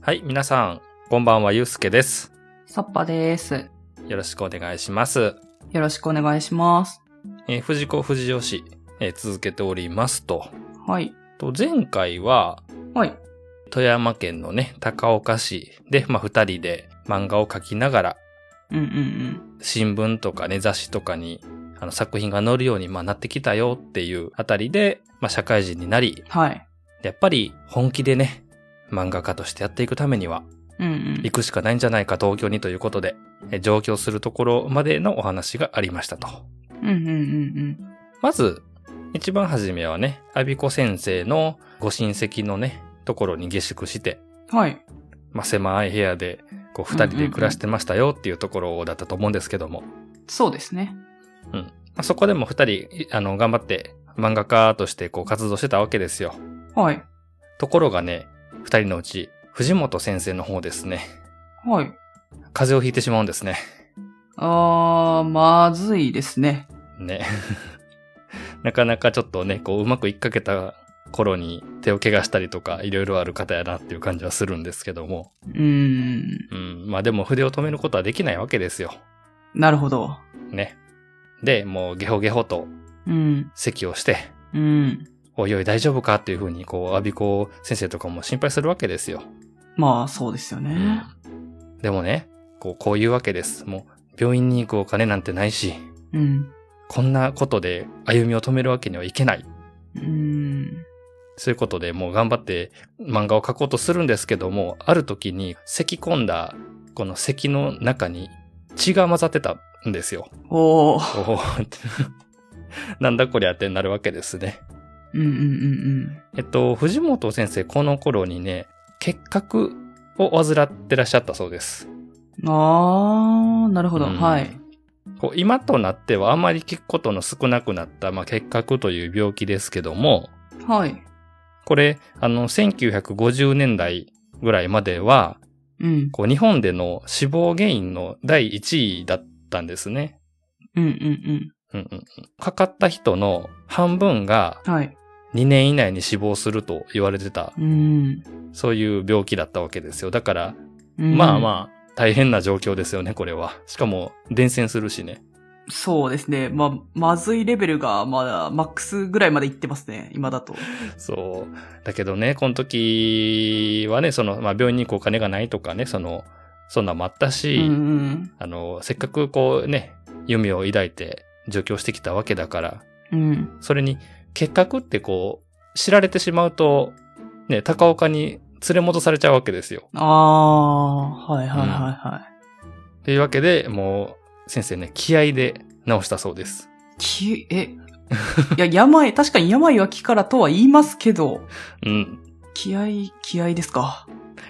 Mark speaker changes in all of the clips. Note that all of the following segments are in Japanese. Speaker 1: はい、皆さん、こんばんは、ゆうすけです。
Speaker 2: サッパです。
Speaker 1: よろしくお願いします。
Speaker 2: よろしくお願いします。
Speaker 1: えー藤子不二雄氏、えー続けておりますと。
Speaker 2: はい。
Speaker 1: と、前回は、
Speaker 2: はい。
Speaker 1: 富山県のね、高岡市で、まあ、二人で漫画を描きながら、
Speaker 2: うんうん
Speaker 1: 新聞とかね、雑誌とかに、あの、作品が載るように、まあ、なってきたよっていうあたりで、まあ、社会人になり
Speaker 2: うん。、はい。
Speaker 1: やっぱり本気でね、漫画家としてやっていくためには、
Speaker 2: うんうん
Speaker 1: 行。くしかないんじゃないか、東京にということで、え上京するところまでのお話がありましたと。
Speaker 2: うんうんうん
Speaker 1: まず、一番初めはね、アビコ先生のご親戚のね、ところに下宿して、
Speaker 2: うん。はい。
Speaker 1: まあ、狭い部屋で、こう、二人で暮らしてましたよっていうところだったと思うんですけども、
Speaker 2: そうですね。
Speaker 1: まあそこでも二人、いあの、頑張って漫画家としてこう、活動してたわけですよ。
Speaker 2: はい。
Speaker 1: ところがね、二人のうち、藤本先生の方ですね、
Speaker 2: はい。
Speaker 1: 風邪をひいてしまうんですね。
Speaker 2: あー、まずいですね。
Speaker 1: ね。 なかなかちょっとね、こう、うまくいっかけた頃に手を怪我したりとか、いろいろある方やなっていう感じはするんですけども。
Speaker 2: うーん。
Speaker 1: うん。まあでも筆を止めることはできないわけですよ。
Speaker 2: なるほど。
Speaker 1: ね。で、もうゲホゲホと
Speaker 2: うん。
Speaker 1: 咳をして、
Speaker 2: うん。
Speaker 1: おいおい大丈夫かっていうふうに、こう、アビコ先生とかも心配するわけですよ。
Speaker 2: まあ、そうですよ
Speaker 1: う
Speaker 2: ね
Speaker 1: ん。。でもね、こう、こういうわけです。もう、病院に行くお金なんてないし、
Speaker 2: うん。
Speaker 1: こんなことで歩みを止めるわけにはいけない。
Speaker 2: うーん。
Speaker 1: そういうことでもう頑張って漫画を描こうとするんですけども、ある時に咳き込んだこの咳の中に血が混ざってたんですよ。
Speaker 2: おー。
Speaker 1: おー ってなんだこりゃってなるわけですね。
Speaker 2: うんうんうん
Speaker 1: えっと、藤本先生この頃にね、結核を患ってらっしゃったそうです。
Speaker 2: うん。あー、なるほど。
Speaker 1: うん
Speaker 2: はい。
Speaker 1: こう今となってはあまり聞くことの少なくなった、まあ、結核という病気ですけども、
Speaker 2: はい。
Speaker 1: これ、あの、1950年代ぐらいまでは、
Speaker 2: うん。
Speaker 1: こう日本での死亡原因の第1位だったんですね。
Speaker 2: うんうん
Speaker 1: うんうんうん、かかった人の半分が
Speaker 2: うん。はい。
Speaker 1: 2年以内に死亡すると言われてた、
Speaker 2: うん。
Speaker 1: そういう病気だったわけですよ。だから、
Speaker 2: うん
Speaker 1: まあまあ、大変な状況ですよね、これは。しかも、伝染するしね。
Speaker 2: そうですね。まあ、まずいレベルがまだマックスぐらいまでいってますね。今だと。
Speaker 1: そう。だけどね、この時はね、その、まあ、病院に行くお金がないとかね、その、そんなんもあった
Speaker 2: う
Speaker 1: し、
Speaker 2: んうん。
Speaker 1: あの、せっかくこうね、夢を抱いて上京してきたわけだから、
Speaker 2: うん。
Speaker 1: それに、結核ってこう、知られてしまうと、ね、高岡に連れ戻されちゃうわけですよ。
Speaker 2: ああ、はいはいはいはい。
Speaker 1: というわけで、もう、先生ね、気合で治したそうです。
Speaker 2: き、え、いや、病、 確かに病は気からとは言いますけど、
Speaker 1: うん。
Speaker 2: 気合、気合ですか。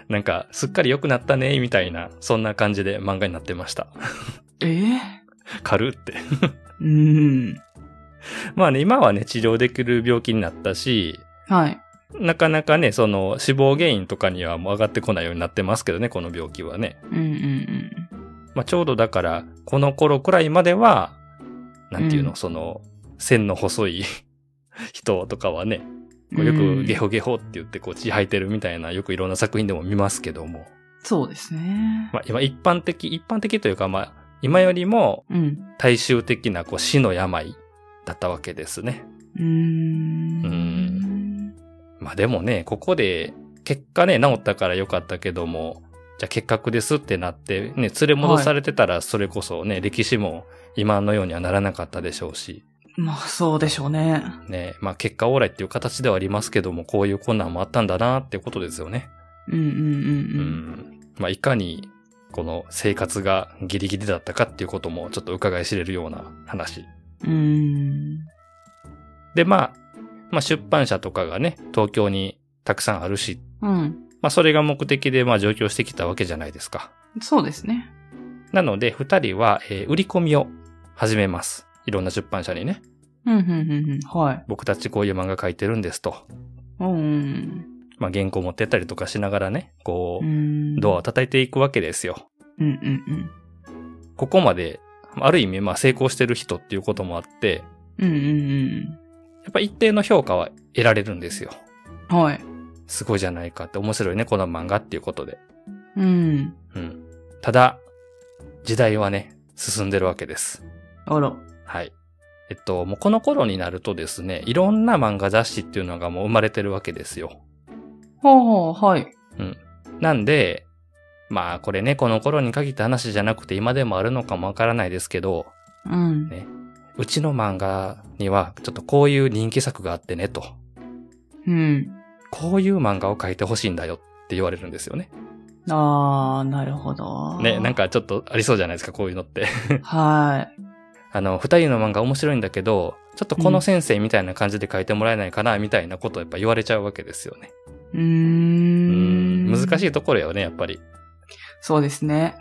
Speaker 1: なんか、すっかり良くなったね、みたいな、そんな感じで漫画になってました。
Speaker 2: ええ
Speaker 1: 軽って。
Speaker 2: うん。
Speaker 1: まあね、今はね、治療できる病気になったし、
Speaker 2: はい。
Speaker 1: なかなかね、その、死亡原因とかにはもう上がってこないようになってますけどね、この病気はね。
Speaker 2: うんうんうん。
Speaker 1: まあ、ちょうどだから、この頃くらいまでは、なんていうの、
Speaker 2: うん
Speaker 1: その、線の細い 人とかはね、こうよ
Speaker 2: う
Speaker 1: く
Speaker 2: ん
Speaker 1: ゲホゲホって言ってこう血吐いてるみたいな、よくいろんな作品でも見ますけども、
Speaker 2: そうですね。
Speaker 1: まあ、今一般的、一般的というか、まあ、今よりも
Speaker 2: うん。
Speaker 1: 大衆的なこう死の病だったわけですね。
Speaker 2: うーん。
Speaker 1: う
Speaker 2: うん。
Speaker 1: まあでもね、ここで結果ね、治ったから良かったけども、じゃあ結核ですってなって、ね、連れ戻されてたらそれこそね、歴史も今のようにはならなかったでしょうし、
Speaker 2: まあ、そうでしょうね。
Speaker 1: ね、まあ結果往来っていう形ではありますけども、こういう困難もあったんだなっていうことですよね。
Speaker 2: うんうん
Speaker 1: う
Speaker 2: うん
Speaker 1: ん。まあいかに、この生活がギリギリだったかっていうこともちょっと伺い知れるような話。
Speaker 2: うん。うん。
Speaker 1: で、まあ、まあ出版社とかがね、東京にたくさんあるし、
Speaker 2: うん。
Speaker 1: まあそれが目的でまあ上京してきたわけじゃないですか。
Speaker 2: そうですね。
Speaker 1: なので二人は、えー売り込みを始めます。いろんな出版社にね、
Speaker 2: うん、うん、うん、うん。はい。
Speaker 1: 僕たちこういう漫画描いてるんですと。
Speaker 2: うん
Speaker 1: まあ原稿持ってったりとかしながらね、こ
Speaker 2: う
Speaker 1: う、
Speaker 2: ん。
Speaker 1: ドアを叩いていくわけですよ。
Speaker 2: うん、うん、
Speaker 1: ここまで、ある意味、まあ成功してる人っていうこともあって、
Speaker 2: うん。うん、うん、
Speaker 1: やっぱ一定の評価は得られるんですよ。
Speaker 2: うん。はい。
Speaker 1: すごいじゃないかって面白いね、この漫画っていうことで。
Speaker 2: うん。
Speaker 1: うん。ただ、時代はね、進んでるわけです。
Speaker 2: あら。
Speaker 1: はい。えっと、もうこの頃になるとですね、いろんな漫画雑誌っていうのがもう生まれてるわけですよ。
Speaker 2: はあ、はい。
Speaker 1: なんで、まあこれね、この頃に限った話じゃなくて今でもあるのかもわからないですけど、
Speaker 2: うん。
Speaker 1: うちの漫画にはちょっとこういう人気作があってねと、
Speaker 2: うん。
Speaker 1: こういう漫画を書いてほしいんだよって言われるんですよね。
Speaker 2: ああ、なるほど。
Speaker 1: ね、なん
Speaker 2: か。
Speaker 1: かちょっとありそうじゃないですか、こういうのって。
Speaker 2: はい。
Speaker 1: あの、二人の漫画面白いんだけど、ちょっとこの先生みたいな感じで書いてもらえないかな、みたいなことをやっぱ言われちゃうわけですよね。
Speaker 2: う
Speaker 1: う
Speaker 2: ー。
Speaker 1: んん、難しいところよね、やっぱり。
Speaker 2: そうですね。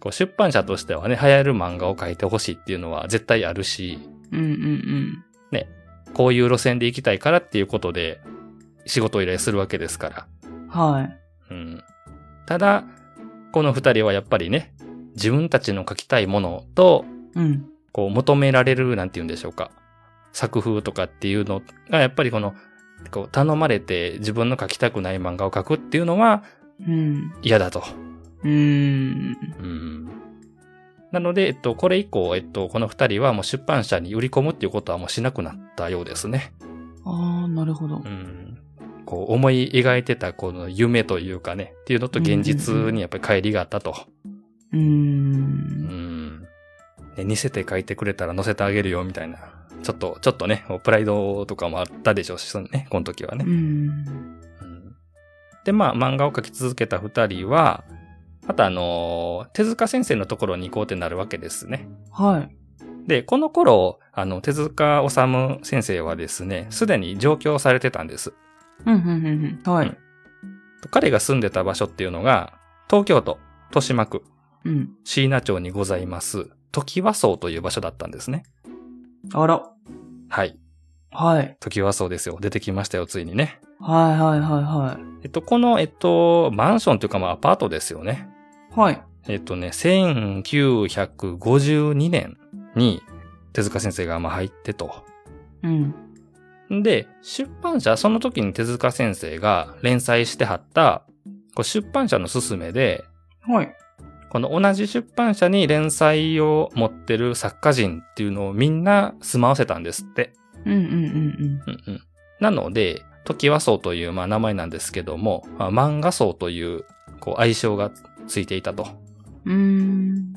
Speaker 1: こう出版社としてはね、流行る漫画を書いてほしいっていうのは絶対あるし、
Speaker 2: うんうん
Speaker 1: こういう路線で行きたいからっていうことで仕事を依頼するわけですから。
Speaker 2: うん。はい。
Speaker 1: うん。ただ、この二人はやっぱりね、自分たちの書きたいものと、
Speaker 2: うん。
Speaker 1: こう求められる、なんて言うんでしょうか。作風とかっていうのが、やっぱりこの、こう頼まれて自分の書きたくない漫画を書くっていうのは
Speaker 2: うん。
Speaker 1: 嫌だと。
Speaker 2: うーん。
Speaker 1: うん。なので、えっと、これ以降、えっと、この二人はもう出版社に売り込むっていうことはもうしなくなったようですね。
Speaker 2: ああ、なるほど
Speaker 1: う。ん。こう、思い描いてたこの夢というかね、っていうのと現実にやっぱり乖離があったと。
Speaker 2: うー。
Speaker 1: うんん。ね似せて書いてくれたら載せてあげるよ、みたいな。ちょっと、ちょっとね、もうプライドとかもあったでしょうし、そのね、この時は
Speaker 2: う
Speaker 1: ね。
Speaker 2: ん。
Speaker 1: うんで、まあ、漫画を描き続けた二人は、またあのー手塚先生のところに行こうってなるわけですね。
Speaker 2: はい。
Speaker 1: で、この頃、あの、手塚治虫先生はですね、すでに上京されてたんです。
Speaker 2: うんうんうんうん。はい。
Speaker 1: 彼が住んでた場所っていうのが、東京都、豊島区、
Speaker 2: うん。
Speaker 1: 椎名町にございます、時和荘という場所だったんですね。
Speaker 2: あら。
Speaker 1: はい。
Speaker 2: はい。
Speaker 1: 時和荘ですよ。出てきましたよ、ついにね。
Speaker 2: はいはいは
Speaker 1: えっと、この、えっと、マンションというか、まあ、アパートですよね。
Speaker 2: いはい。はい。
Speaker 1: えっとね、1952年に手塚先生がまあ入ってと。
Speaker 2: うん。
Speaker 1: で、出版社、その時に手塚先生が連載してはった、こう出版社の勧めで、
Speaker 2: はい。
Speaker 1: この同じ出版社に連載を持ってる作家人っていうのをみんな住まわせたんですって。
Speaker 2: うんうんうん
Speaker 1: うんうん、なので、時和荘というまあ名前なんですけども、まあ漫画荘というこう愛称がついていたと。
Speaker 2: うん。うーん。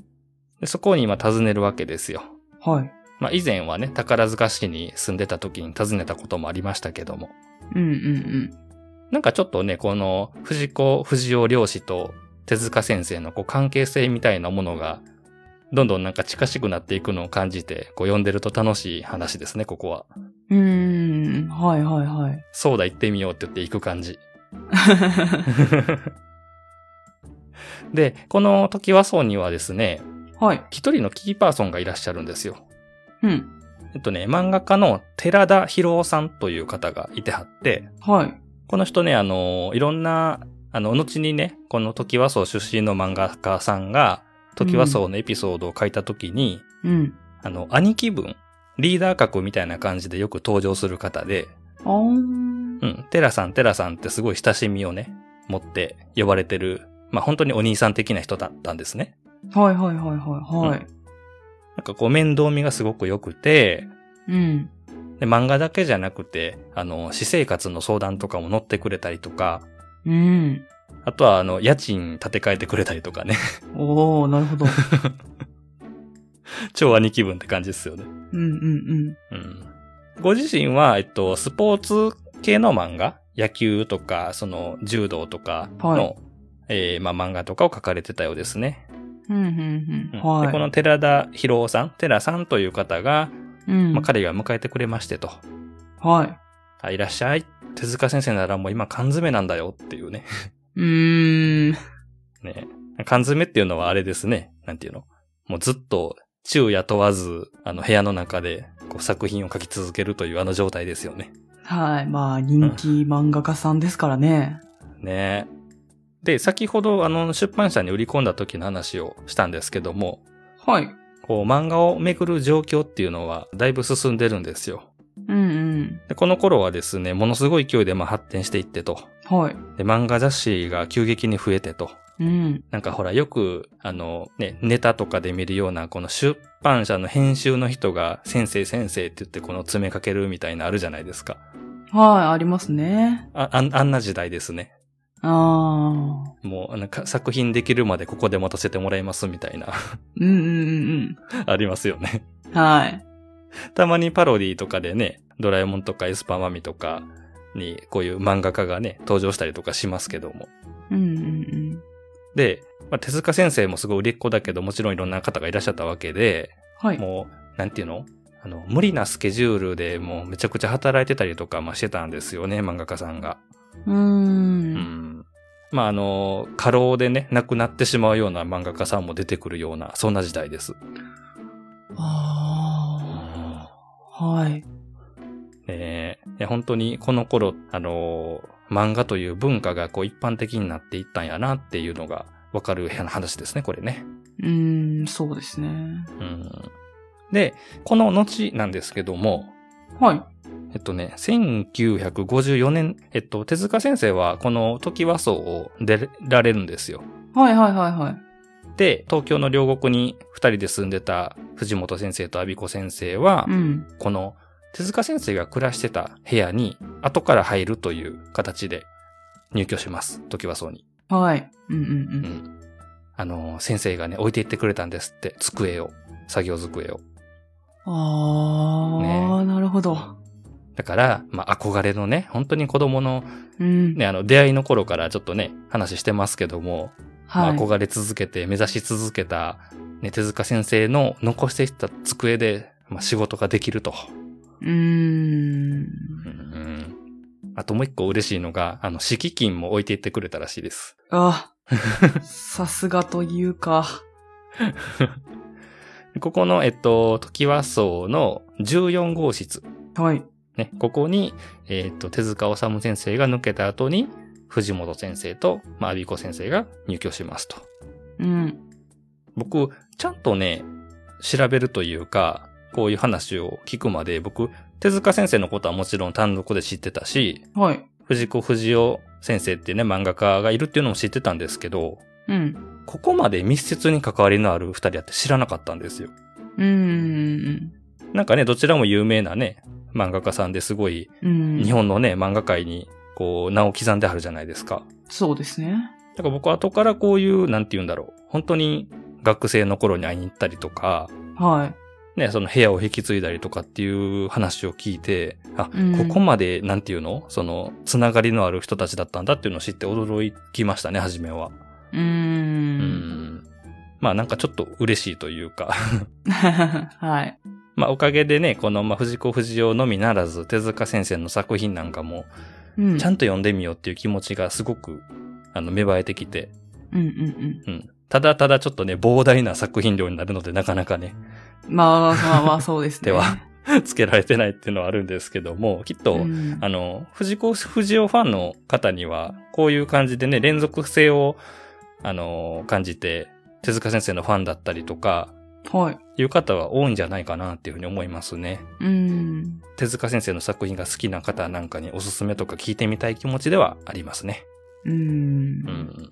Speaker 1: でそこに今訪ねるわけですよ。
Speaker 2: はい。
Speaker 1: まあ以前はね、宝塚市に住んでた時に訪ねたこともありましたけども。
Speaker 2: うんうん
Speaker 1: なんかちょっとね、この藤子、藤尾漁師と手塚先生のこう関係性みたいなものが、どんどんなんか近しくなっていくのを感じて、こう読んでると楽しい話ですね、ここは。
Speaker 2: うん。うーん。はいはいはい。
Speaker 1: そうだ、行ってみようって言って行く感じ。 で、この時はそうにはですね、
Speaker 2: はい。
Speaker 1: 一人のキーパーソンがいらっしゃるんですよ。
Speaker 2: うん。
Speaker 1: えっとね、漫画家の寺田博夫さんという方がいてはって、
Speaker 2: はい。
Speaker 1: この人ね、あの、いろんな、あの、後にね、この時和荘出身の漫画家さんが、時和荘のエピソードを書いた時に、
Speaker 2: うん。
Speaker 1: あの、兄貴分、リーダー格みたいな感じでよく登場する方で、
Speaker 2: あー。
Speaker 1: うん、テラさん、テラさんってすごい親しみをね、持って呼ばれてる、まあ本当にお兄さん的な人だったんですね。
Speaker 2: はいはいはいはいはい。
Speaker 1: なんかこう面倒見がすごく良くて、
Speaker 2: うん。
Speaker 1: で漫画だけじゃなくて、あの、私生活の相談とかも乗ってくれたりとか、
Speaker 2: うん。
Speaker 1: あとはあの、家賃立て替えてくれたりとかね。
Speaker 2: おー、なる ほど。
Speaker 1: 超兄貴分って感じですよね。
Speaker 2: うんうん
Speaker 1: うん。ご自身は、えっと、スポーツ系の漫画、野球とか、その、柔道とかの、
Speaker 2: はい
Speaker 1: えーまあ、漫画とかを書かれてたようですね。
Speaker 2: うん。うんうん
Speaker 1: う
Speaker 2: うんん。は
Speaker 1: でこ
Speaker 2: い。
Speaker 1: の寺田博夫さん、寺さんという方が、
Speaker 2: うん
Speaker 1: まあ、彼が迎えてくれましてと。
Speaker 2: はい。
Speaker 1: あいらっしゃい。手塚先生ならもう今缶詰なんだよっていうね。
Speaker 2: うーん。
Speaker 1: ね缶詰っていうのはあれですね。なんていうのもうずっと昼夜問わず、あの部屋の中でこう作品を書き続けるというあの状態ですよね。
Speaker 2: はい。まあ、人気漫画家さんですからね。
Speaker 1: ねで、先ほどあの出版社に売り込んだ時の話をしたんですけども、
Speaker 2: はい。
Speaker 1: こう漫画をめぐる状況っていうのはだいぶ進んでるんですよ。
Speaker 2: うんうん。
Speaker 1: でこの頃はですね、ものすごい勢いでまあ発展していってと。
Speaker 2: はい。
Speaker 1: で、漫画雑誌が急激に増えてと。
Speaker 2: うん。
Speaker 1: なんかほら、よく、あの、ね、ネタとかで見るような、この出版社の編集の人が、先生先生って言って、この詰めかけるみたいなあるじゃないですか。
Speaker 2: はい、ありますね。
Speaker 1: あ、あんあんな時代ですね。
Speaker 2: ああ。
Speaker 1: もう、なんか作品できるまでここで待たせてもらいますみたいな、
Speaker 2: うんうんうん
Speaker 1: ありますよね。
Speaker 2: うん。はい。
Speaker 1: たまにパロディとかでね、ドラえもんとかエスパーマミとかに、こういう漫画家がね、登場したりとかしますけども。
Speaker 2: うんうんうん。
Speaker 1: で、まあ、手塚先生もすごい売れっ子だけど、もちろんいろんな方がいらっしゃったわけで、
Speaker 2: はい。
Speaker 1: もう、なんていうのあの、無理なスケジュールでもうめちゃくちゃ働いてたりとか、まあ、してたんですよね、漫画家さんが。
Speaker 2: うーん。
Speaker 1: うん。まあ、あの、過労でね、亡くなってしまうような漫画家さんも出てくるような、そんな時代です。
Speaker 2: ああ。はい。
Speaker 1: えー、いや本当にこの頃、あのー漫画という文化がこう一般的になっていったんやなっていうのがわかる話ですね、これね。
Speaker 2: うーん、そうですね。
Speaker 1: うん。で、この後なんですけども、
Speaker 2: はい。
Speaker 1: えっとね、1954年、えっと、手塚先生はこの時和荘を出られるんですよ。
Speaker 2: はいはいはいはい。
Speaker 1: で、東京の両国に二人で住んでた藤本先生と阿鼻子先生は、
Speaker 2: うん。
Speaker 1: この手塚先生が暮らしてた部屋に後から入るという形で入居します。時はそうに。
Speaker 2: はい。うんうん
Speaker 1: う
Speaker 2: うん。
Speaker 1: ん。あの、先生がね、置いていってくれたんですって。机を。作業机を。
Speaker 2: ああ、なるほど。
Speaker 1: だから、まあ、憧れのね、本当に子供の
Speaker 2: うん。
Speaker 1: ね、あの、出会いの頃からちょっとね、話してますけども、ま
Speaker 2: は
Speaker 1: あ
Speaker 2: い。
Speaker 1: 憧れ続けて、目指し続けた、ね、手塚先生の残してきた机で、まあ、仕事ができると。
Speaker 2: うーん。
Speaker 1: うん。あともう一個嬉しいのが、あの、敷金も置いていってくれたらしいです。
Speaker 2: あ、さすがというか。
Speaker 1: ここの、えっと、時和荘の14号室。
Speaker 2: はい。
Speaker 1: ね、ここに、えっと、手塚治虫先生が抜けた後に、藤本先生と、まあ、阿鼻子先生が入居しますと。
Speaker 2: うん。
Speaker 1: 僕、ちゃんとね、調べるというか、こういう話を聞くまで、僕、手塚先生のことはもちろん単独で知ってたし、
Speaker 2: はい。
Speaker 1: 藤子不二雄先生ってね、漫画家がいるっていうのも知ってたんですけど、
Speaker 2: うん。
Speaker 1: ここまで密接に関わりのある二人やって知らなかったんですよ。
Speaker 2: うーん。
Speaker 1: なんかね、どちらも有名なね、漫画家さんですごい、
Speaker 2: うん。
Speaker 1: 日。本のね、漫画界に、こう、名を刻んであるじゃないですか。
Speaker 2: そうですね。
Speaker 1: だから僕は後からこういう、なんて言うんだろう。本当に学生の頃に会いに行ったりとか、
Speaker 2: は
Speaker 1: ね、その部屋を引き継いだりとかっていう話を聞いて、あ、
Speaker 2: うん
Speaker 1: ここまで、なんていうのその、つながりのある人たちだったんだっていうのを知って驚きましたね、初めは。
Speaker 2: い。うー。
Speaker 1: うんん。まあなんかちょっと嬉しいというか。
Speaker 2: はい。
Speaker 1: まあおかげでね、この、まあ藤子不二雄のみならず、手塚先生の作品なんかも、
Speaker 2: うん。
Speaker 1: ちゃんと読んでみようっていう気持ちがすごく、あの、芽生えてきて、
Speaker 2: うんうん
Speaker 1: うん。ただただちょっとね、膨大な作品量になるので、なかなかね、
Speaker 2: うん。まあまあまあ、そうです
Speaker 1: で
Speaker 2: ね。
Speaker 1: はつけられてないっていうのはあるんですけども、きっと、
Speaker 2: うん
Speaker 1: あの、藤子不二雄ファンの方には、こういう感じでね、連続性を、あの、感じて、手塚先生のファンだったりとか、
Speaker 2: はい。
Speaker 1: いう方は多いんじゃないかなっていうふうに思いますね。
Speaker 2: うん。
Speaker 1: 手塚先生の作品が好きな方なんかにおすすめとか聞いてみたい気持ちではありますね。
Speaker 2: う。
Speaker 1: うんん。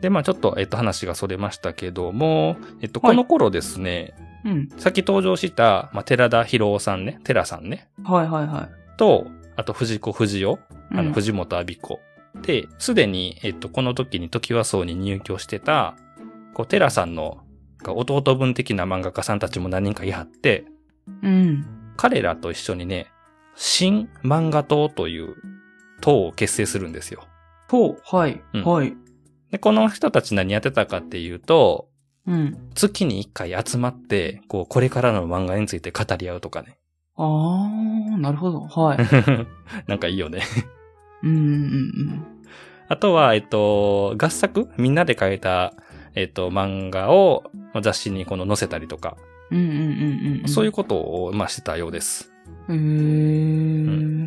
Speaker 1: で、まあちょっと、えっと、話がそれましたけども、えっと、
Speaker 2: は
Speaker 1: こ
Speaker 2: い
Speaker 1: の頃ですね、
Speaker 2: うん。
Speaker 1: さっき登場した、まあ、寺田博夫さんね、寺さんね、
Speaker 2: はいはいは
Speaker 1: と、あと藤子不二雄
Speaker 2: い。
Speaker 1: あの、
Speaker 2: うん
Speaker 1: 藤本阿鼻子。で、すでに、えっと、この時に時和荘に入居してた、こう、テラさんの、が弟分的な漫画家さんたちも何人かいはって、
Speaker 2: うん。
Speaker 1: 彼らと一緒にね、新漫画党という党を結成するんですよ。
Speaker 2: と、はい。
Speaker 1: うん
Speaker 2: はい。
Speaker 1: で、この人たち何やってたかっていうと、
Speaker 2: うん。
Speaker 1: 月に一回集まって、こう、これからの漫画について語り合うとかね。
Speaker 2: ああ、なるほど。はい。
Speaker 1: なんかいいよね。
Speaker 2: うんうん
Speaker 1: あとは、えっと、合作みんなで書いた、えっと、漫画を雑誌にこの載せたりとか、
Speaker 2: うん。うんうんうんうん。。
Speaker 1: そういううことを、まあ、してたようです。
Speaker 2: へ
Speaker 1: ん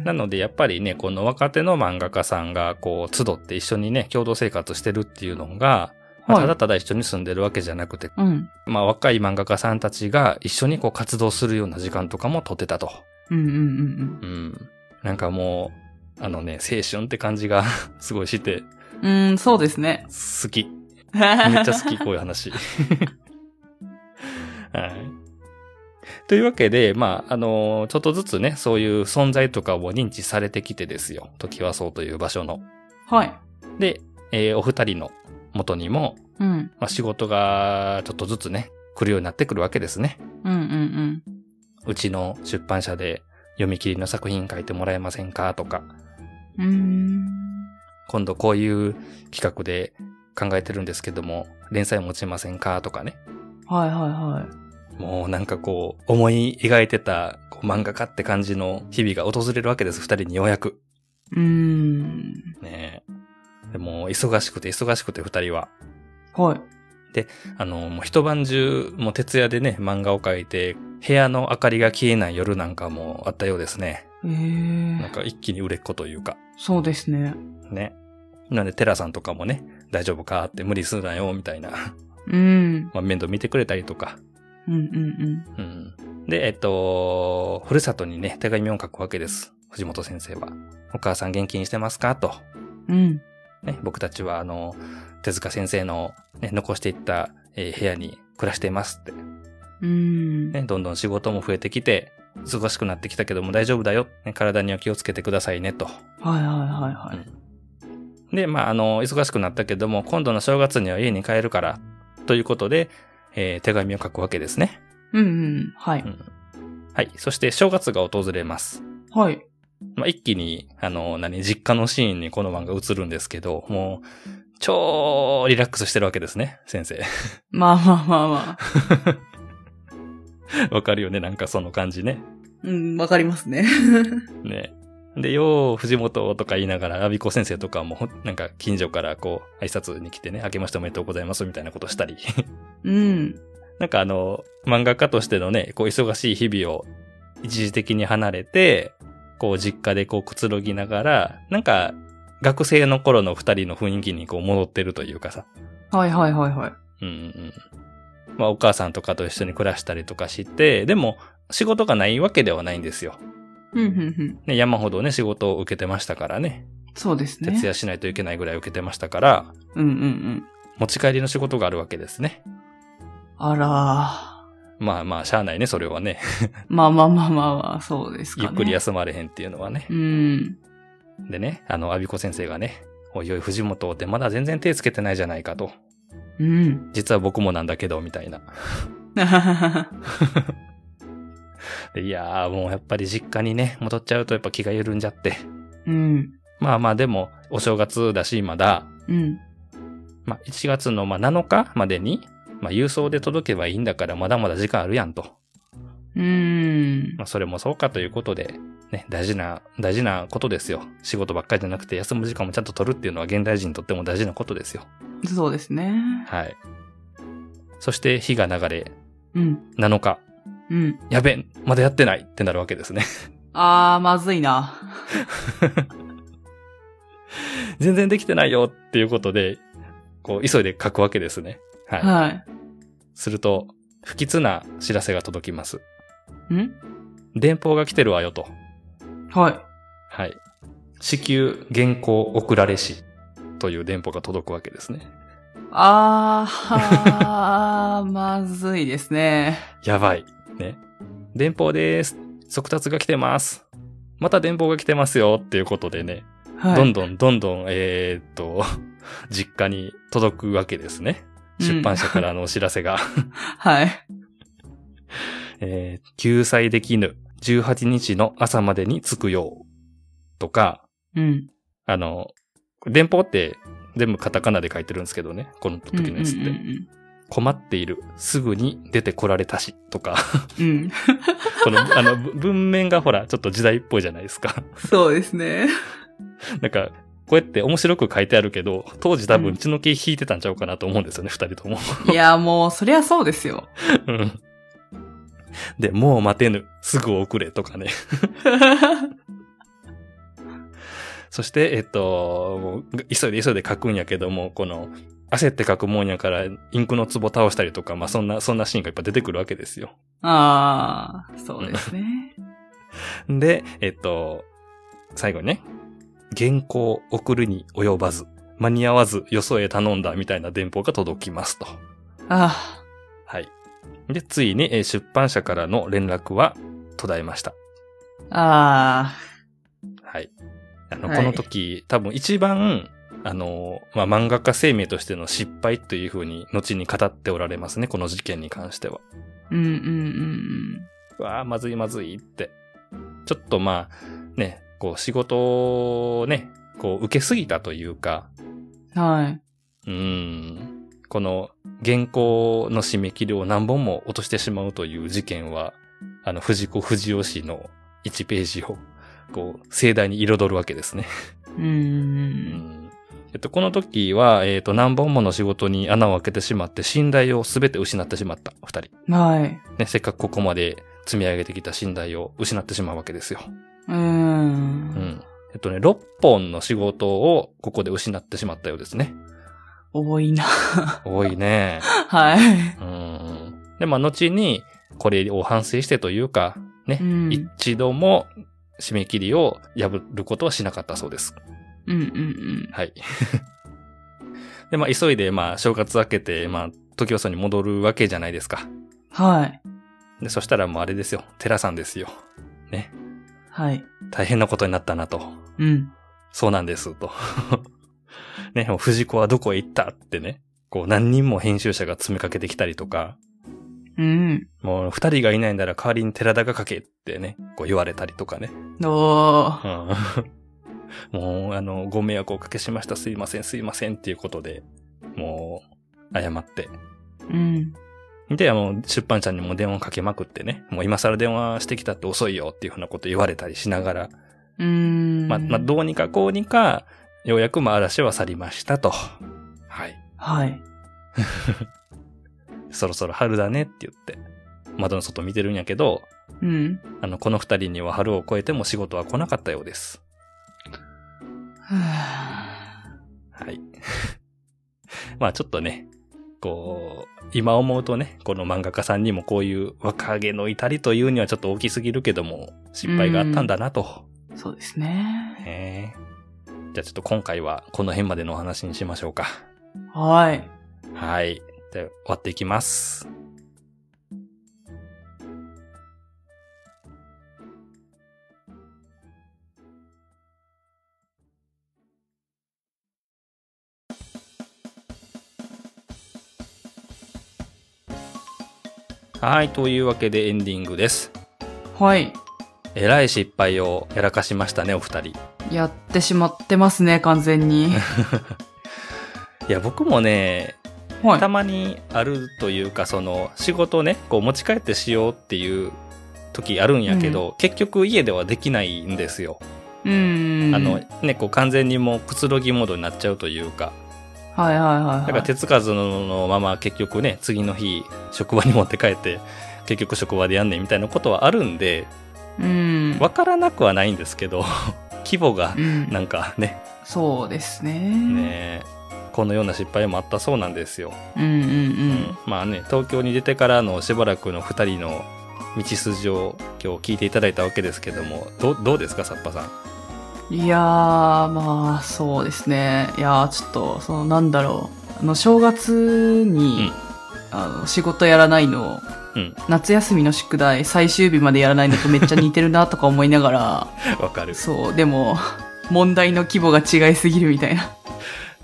Speaker 2: ー
Speaker 1: なので、やっぱりね、この若手の漫画家さんが、こう、集って一緒にね、共同生活してるっていうのが、まあ
Speaker 2: はい
Speaker 1: ただただ一緒に住んでるわけじゃなくて、
Speaker 2: うん。
Speaker 1: まあ、若い漫画家さんたちが一緒にこう、活動するような時間とかも取ってたと。
Speaker 2: うんうんうん
Speaker 1: うん。なんかもあのね、青春って感じが すごいして、
Speaker 2: うん、そうですね。
Speaker 1: 好き。
Speaker 2: め
Speaker 1: めっ
Speaker 2: っ
Speaker 1: ちゃ好き、こういう話。はい。というわけで、まあ、あのちょっとずつね、そういう存在とかを認知されてきてですよ。時はそうという場所の。
Speaker 2: はい。
Speaker 1: で、えーお二人の元にも、
Speaker 2: うん。
Speaker 1: まあ、仕事がちょっとずつね、来るようになってくるわけですね。
Speaker 2: うんうん
Speaker 1: うちの出版社で読み切りの作品書いてもらえませんかとか、
Speaker 2: うん。うーん。
Speaker 1: 今度こういう企画で考えてるんですけども、連載持ちませんかとかね。
Speaker 2: はいはいはい。
Speaker 1: もうなんかこう、思い描いてたこう漫画家って感じの日々が訪れるわけです、二人にようやく。
Speaker 2: うーん。
Speaker 1: ねえ。でも、忙しくて忙しくて二人は。
Speaker 2: はい。
Speaker 1: あの、もう一晩中、もう徹夜でね、漫画を描いて、部屋の明かりが消えない夜なんかもあったようですね。
Speaker 2: ええ
Speaker 1: なんか一気に売れっ子というか。
Speaker 2: そうですね。
Speaker 1: ね。なんで、テラさんとかもね、大丈夫かって無理するなよ、みたいな。
Speaker 2: うん。
Speaker 1: まあ、面倒見てくれたりとか。
Speaker 2: うんうん
Speaker 1: うん。で、えっと、ふるさとにね、手紙を書くわけです。藤本先生は。お母さん元気にしてますかと。
Speaker 2: うん。うん。
Speaker 1: ね、僕たちは、あの、手塚先生の、ね、残していった、えー部屋に暮らしていますって。
Speaker 2: うん。
Speaker 1: ね、どんどん仕事も増えてきて、忙しくなってきたけども大丈夫だよ。ね、体には気をつけてくださいね、と。
Speaker 2: はいはいはいはい。
Speaker 1: で、まあ、あの、忙しくなったけども、今度の正月には家に帰るから、ということで、えー手紙を書くわけですね。。
Speaker 2: うんうん。はいう
Speaker 1: んはい。そして、正月が訪れます。
Speaker 2: はい。
Speaker 1: まあ、一気に、あの、何、実家のシーンにこの漫画映るんですけど、もう、超リラックスしてるわけですね、先生。
Speaker 2: まあまあまあまあ。
Speaker 1: わかるよね、なんかその感じね。
Speaker 2: うん、わかりますね。
Speaker 1: ね。で、よう、藤本とか言いながら、阿ビ子先生とかも、ほんなんか、近所からこう、挨拶に来てね、明けましておめでとうございます、みたいなことしたり。
Speaker 2: うん。
Speaker 1: なんかあの、漫画家としてのね、こう忙しい日々を一時的に離れて、こう実家でこうくつろぎながら、なんか学生の頃の二人の雰囲気にこう戻ってるというかさ。
Speaker 2: はいはいはいはい。
Speaker 1: うんうんうん。まあお母さんとかと一緒に暮らしたりとかして、でも仕事がないわけではないんですよ。
Speaker 2: うんうんうん。
Speaker 1: ね、山ほどね、仕事を受けてましたからね。
Speaker 2: そうですね。
Speaker 1: 徹夜しないといけないぐらい受けてましたから、
Speaker 2: うんうんうん。
Speaker 1: 持ち帰りの仕事があるわけですね。
Speaker 2: あら
Speaker 1: まあまあ、しゃあないね、それはね。
Speaker 2: ー。まあまあまあまあまあ、そうですか
Speaker 1: ゆ
Speaker 2: ね。
Speaker 1: っくり休まれへんっていうのはね。
Speaker 2: うん。
Speaker 1: でね、あの、阿ビ子先生がね、おいおい、藤本ってまだ全然手つけてないじゃないかと。
Speaker 2: うん。
Speaker 1: 実は僕もなんだけど、みたいな。でいやー、もうやっぱり実家にね、戻っちゃうとやっぱ気が緩んじゃって。
Speaker 2: うん。
Speaker 1: まあまあ、でも、お正月だし、まだ、
Speaker 2: うん。
Speaker 1: まあ、1月のまあ7日までに、まあ、郵送で届けばいいんだから、まだまだ時間あるやんと。
Speaker 2: うん
Speaker 1: ま。あ、それもそうかということで、ね、大事な、大事なことですよ。仕事ばっかりじゃなくて、休む時間もちゃんと取るっていうのは現代人にとっても大事なことですよ。
Speaker 2: そうですね。
Speaker 1: はい。そして、日が流れ、
Speaker 2: うん。
Speaker 1: 7日。
Speaker 2: うん。
Speaker 1: やべえ、まだやってないってなるわけですね。
Speaker 2: あー、まずいな。
Speaker 1: 全然できてないよっていうことで、こう、急いで書くわけですね。はい。
Speaker 2: は
Speaker 1: すると、不吉な知らせが届きます。
Speaker 2: い。ん
Speaker 1: 電報が来てるわよと。
Speaker 2: はい。
Speaker 1: はい。至急原稿送られし。という電報が届くわけですね。
Speaker 2: あー、はーまずいですね。
Speaker 1: やばい。ね。電報です。速達が来てます。また電報が来てますよっていうことでね、
Speaker 2: はい。
Speaker 1: どんどんどんどん、えーっと、 実家に届くわけですね。出版社からのお知らせが。
Speaker 2: はい。
Speaker 1: えー救済できぬ18日の朝までに着くようとか、
Speaker 2: うん。
Speaker 1: あの、電報って全部カタカナで書いてるんですけどね、この時のやつって。
Speaker 2: うんうん
Speaker 1: 困っている、すぐに出てこられたしとか、
Speaker 2: うんうん。うん。
Speaker 1: この、あの、ぶ文面がほら、ちょっと時代っぽいじゃないですか。
Speaker 2: そうですね。
Speaker 1: なんか、こうやって面白く書いてあるけど、当時多
Speaker 2: う
Speaker 1: 分
Speaker 2: ん
Speaker 1: 血の気引いてたんちゃうかなと思うんですよね、二、人とも。
Speaker 2: いや、もう、そりゃそうですよ。
Speaker 1: うんで、もう待てぬ、すぐ遅れとかね。 そして、えっと、もう急いで急いで書くんやけども、この、焦って書くもんやから、インクの壺倒したりとか、まあ、そんな、そんなシーンがいっぱい出てくるわけですよ。
Speaker 2: あー、そうですね。
Speaker 1: で、えっと、最後にね、原稿送るに及ばず、間に合わずよそへ頼んだみたいな電報が届きますと。
Speaker 2: あ
Speaker 1: はい。で、ついにえー出版社からの連絡は途絶えました。
Speaker 2: あ、あ
Speaker 1: はい。あの、
Speaker 2: はい
Speaker 1: この時、多分一番、あの、まあ、漫画家生命としての失敗というふうに、後に語っておられますね、この事件に関しては。
Speaker 2: あ、うんうんうん
Speaker 1: うわあ、まずいまずいって。ちょっとまあ、ね、こう仕事をね、こう受けすぎたというか、
Speaker 2: うん。はい。
Speaker 1: うーん、この原稿の締め切りを何本も落としてしまうという事件は、あの、藤子不二雄氏の1ページを、こう、盛大に彩るわけですね。
Speaker 2: うんうん
Speaker 1: えっと、この時は、えっと、何本もの仕事に穴を開けてしまって、信頼を全て失ってしまった、二人。
Speaker 2: うん。はい。
Speaker 1: ね、せっかくここまで積み上げてきた信頼を失ってしまうわけですよ。
Speaker 2: う。
Speaker 1: うんん。えっとね、6本の仕事をここで失ってしまったようですね。
Speaker 2: 多いな。
Speaker 1: 多いね。
Speaker 2: はい。
Speaker 1: うん。で、まあ、後に、これを反省してというか、ね、
Speaker 2: うん
Speaker 1: 一度も締め切りを破ることはしなかったそうです。
Speaker 2: うんうん
Speaker 1: はい。 で、まあ、急いで、まあ、正月明けて、まあ、時はそに戻るわけじゃないですか。
Speaker 2: うん。はい。
Speaker 1: で、そしたらもうあれですよ。寺さんですよ。ね。
Speaker 2: はい。
Speaker 1: 大変なことになったなと。
Speaker 2: うん。
Speaker 1: そうなんです、と。 ね、もう藤子はどこへ行ったってね。こう、何人も編集者が詰めかけてきたりとか、
Speaker 2: うん。
Speaker 1: もう二人がいないなら代わりに寺田が書けってね、こう言われたりとかね。
Speaker 2: お
Speaker 1: う。
Speaker 2: ー
Speaker 1: ん もう、あの、ご迷惑をおかけしました、すいません、すいませんっていうことで、もう、謝って。
Speaker 2: うん。
Speaker 1: で、あの、出版社にも電話をかけまくってね、もう今更電話してきたって遅いよっていうふうなこと言われたりしながら、
Speaker 2: うん。
Speaker 1: まあ、まあ、どうにかこうにか、ようやくまあ嵐は去りましたと。はい。
Speaker 2: はい。
Speaker 1: そろそろ春だねって言って、窓の外見てるんやけど、
Speaker 2: うん。
Speaker 1: あの、この二人には春を越えても仕事は来なかったようです。
Speaker 2: は
Speaker 1: はい。 まあちょっとね、こう、今思うとね、この漫画家さんにもこういう若気の至りというにはちょっと大きすぎるけども、失敗があったんだなと。
Speaker 2: ぁそうですね。
Speaker 1: ねえじゃあちょっと今回はこの辺までのお話にしましょうか。
Speaker 2: はい。
Speaker 1: はい。じゃあ終わっていきます。はい。というわけでエンディングです。
Speaker 2: はい。
Speaker 1: えらい失敗をやらかしましたね、お二人。
Speaker 2: やってしまってますね、完全 に。
Speaker 1: いや、僕もね、
Speaker 2: はい
Speaker 1: た。まにあるというかその仕事をねこう持ち帰ってしようっていう時あるんやけど、結局家ではできないんですよ。
Speaker 2: うん。
Speaker 1: あのねこう完全にもうくつろぎモードになっちゃうというか
Speaker 2: はいはいはい、は
Speaker 1: だ
Speaker 2: い。
Speaker 1: から手つかずのまま結局ね次の日職場に持って帰って 結局職場でやんねんみたいなことはあるんで
Speaker 2: うん。
Speaker 1: わからなくはないんですけど 規模が
Speaker 2: うん
Speaker 1: なんかね
Speaker 2: そうですね。
Speaker 1: ねこのような失敗もあったそうなんですよ。
Speaker 2: うんうんうん。
Speaker 1: まあね、東京に出てからのしばらくの2人の道筋を今日聞いていただいたわけですけども、どどうですか、サッパさん。
Speaker 2: いやー、まあ、そうですね。いやー、ちょっと、その、なんだろう。あの、正月に、あの、仕事やらないの、
Speaker 1: うん
Speaker 2: 夏休みの宿題、最終日までやらないのとめっちゃ似てるなとか思いながら、
Speaker 1: わかる。
Speaker 2: そう、でも、問題の規模が違いすぎるみたいな。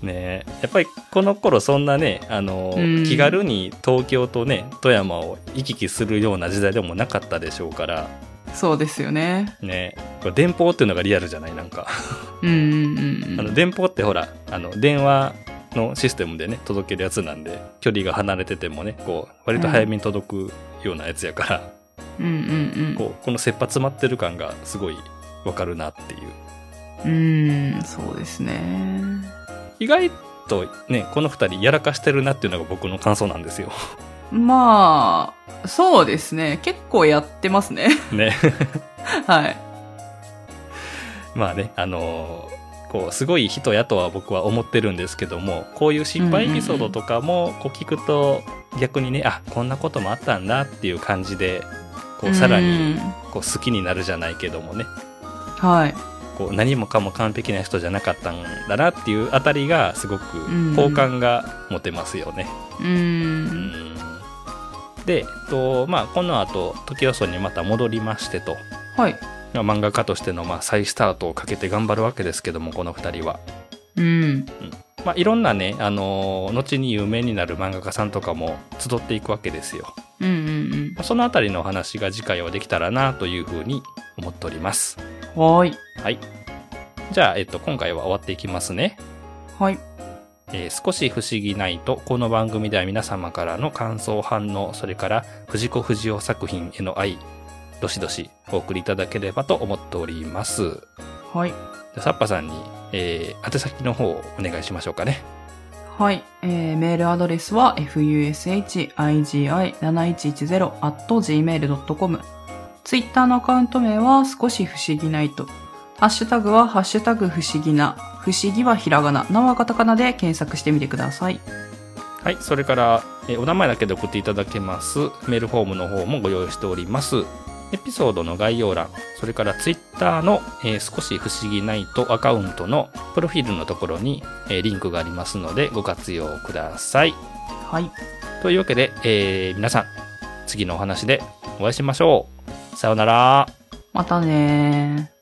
Speaker 1: ねやっぱりこの頃そんなね、あの、
Speaker 2: うん
Speaker 1: 気軽に東京とね、富山を行き来するような時代でもなかったでしょうから、
Speaker 2: そうですよね。
Speaker 1: ねこれ電報っていうのがリアルじゃない、なんか。
Speaker 2: うんうんうん
Speaker 1: あ
Speaker 2: う
Speaker 1: の
Speaker 2: ん。
Speaker 1: 電報ってほら、あの、電話のシステムでね、届けるやつなんで、距離が離れててもね、こう、割と早めに届くようなやつやから、
Speaker 2: うんうん
Speaker 1: こうこの切羽詰まってる感がすごいわかるなっていう
Speaker 2: うん。うん、そうですね。
Speaker 1: 意外とねこの2人やらかしてるなっていうのが僕の感想なんですよ
Speaker 2: まあ、そうですね。結構やってますね。
Speaker 1: ね
Speaker 2: はい。
Speaker 1: まあねあのーこうすごい人やとは僕は思ってるんですけどもこういう失敗エピソードとかもこう聞くと逆にねあこんなこともあったんだっていう感じでこうさらに
Speaker 2: うん
Speaker 1: こう好きになるじゃないけどもね
Speaker 2: はい。
Speaker 1: こう何もかも完璧な人じゃなかったんだなっていうあたりがすご
Speaker 2: ん
Speaker 1: く好感が持てますよね。
Speaker 2: う。
Speaker 1: うんんで、えっとまあ、この後時よそにまた戻りましてと、
Speaker 2: はい。
Speaker 1: まあ漫画家としてのまあ再スタートをかけて頑張るわけですけどもこの2人は。
Speaker 2: うん。
Speaker 1: まあ、いろんなね、あのー後に有名になる漫画家さんとかも集っていくわけですよ。
Speaker 2: うんうん
Speaker 1: そのあたりのお話が次回はできたらなというふうに思っております。
Speaker 2: うん。はーい。
Speaker 1: はい。じゃあ、えっと、今回は終わっていきますね。
Speaker 2: はい。
Speaker 1: えー少し不思議ないと、この番組では皆様からの感想、反応、それから藤子不二雄作品への愛、どしどしお送りいただければと思っております。
Speaker 2: はい。
Speaker 1: じゃあサッパさんに、えー宛先の方をお願いしましょうかね。
Speaker 2: はい。えー、メールアドレスは fushigi7110.gmail.com。ツイッターのアカウント名は少し不思議ないと。ハッシュタグはハッシュタグ不思議な。不思議はひらがな。なはカタカナで検索してみてください。
Speaker 1: はい、それから、えーお名前だけで送っていただけますメールフォームの方もご用意しております。エピソードの概要欄、それからツイッターの、えー少し不思議ないとアカウントのプロフィールのところに、えーリンクがありますのでご活用ください。
Speaker 2: はい。
Speaker 1: というわけで、えー皆さん、次のお話でお会いしましょう。さようなら。
Speaker 2: またねー。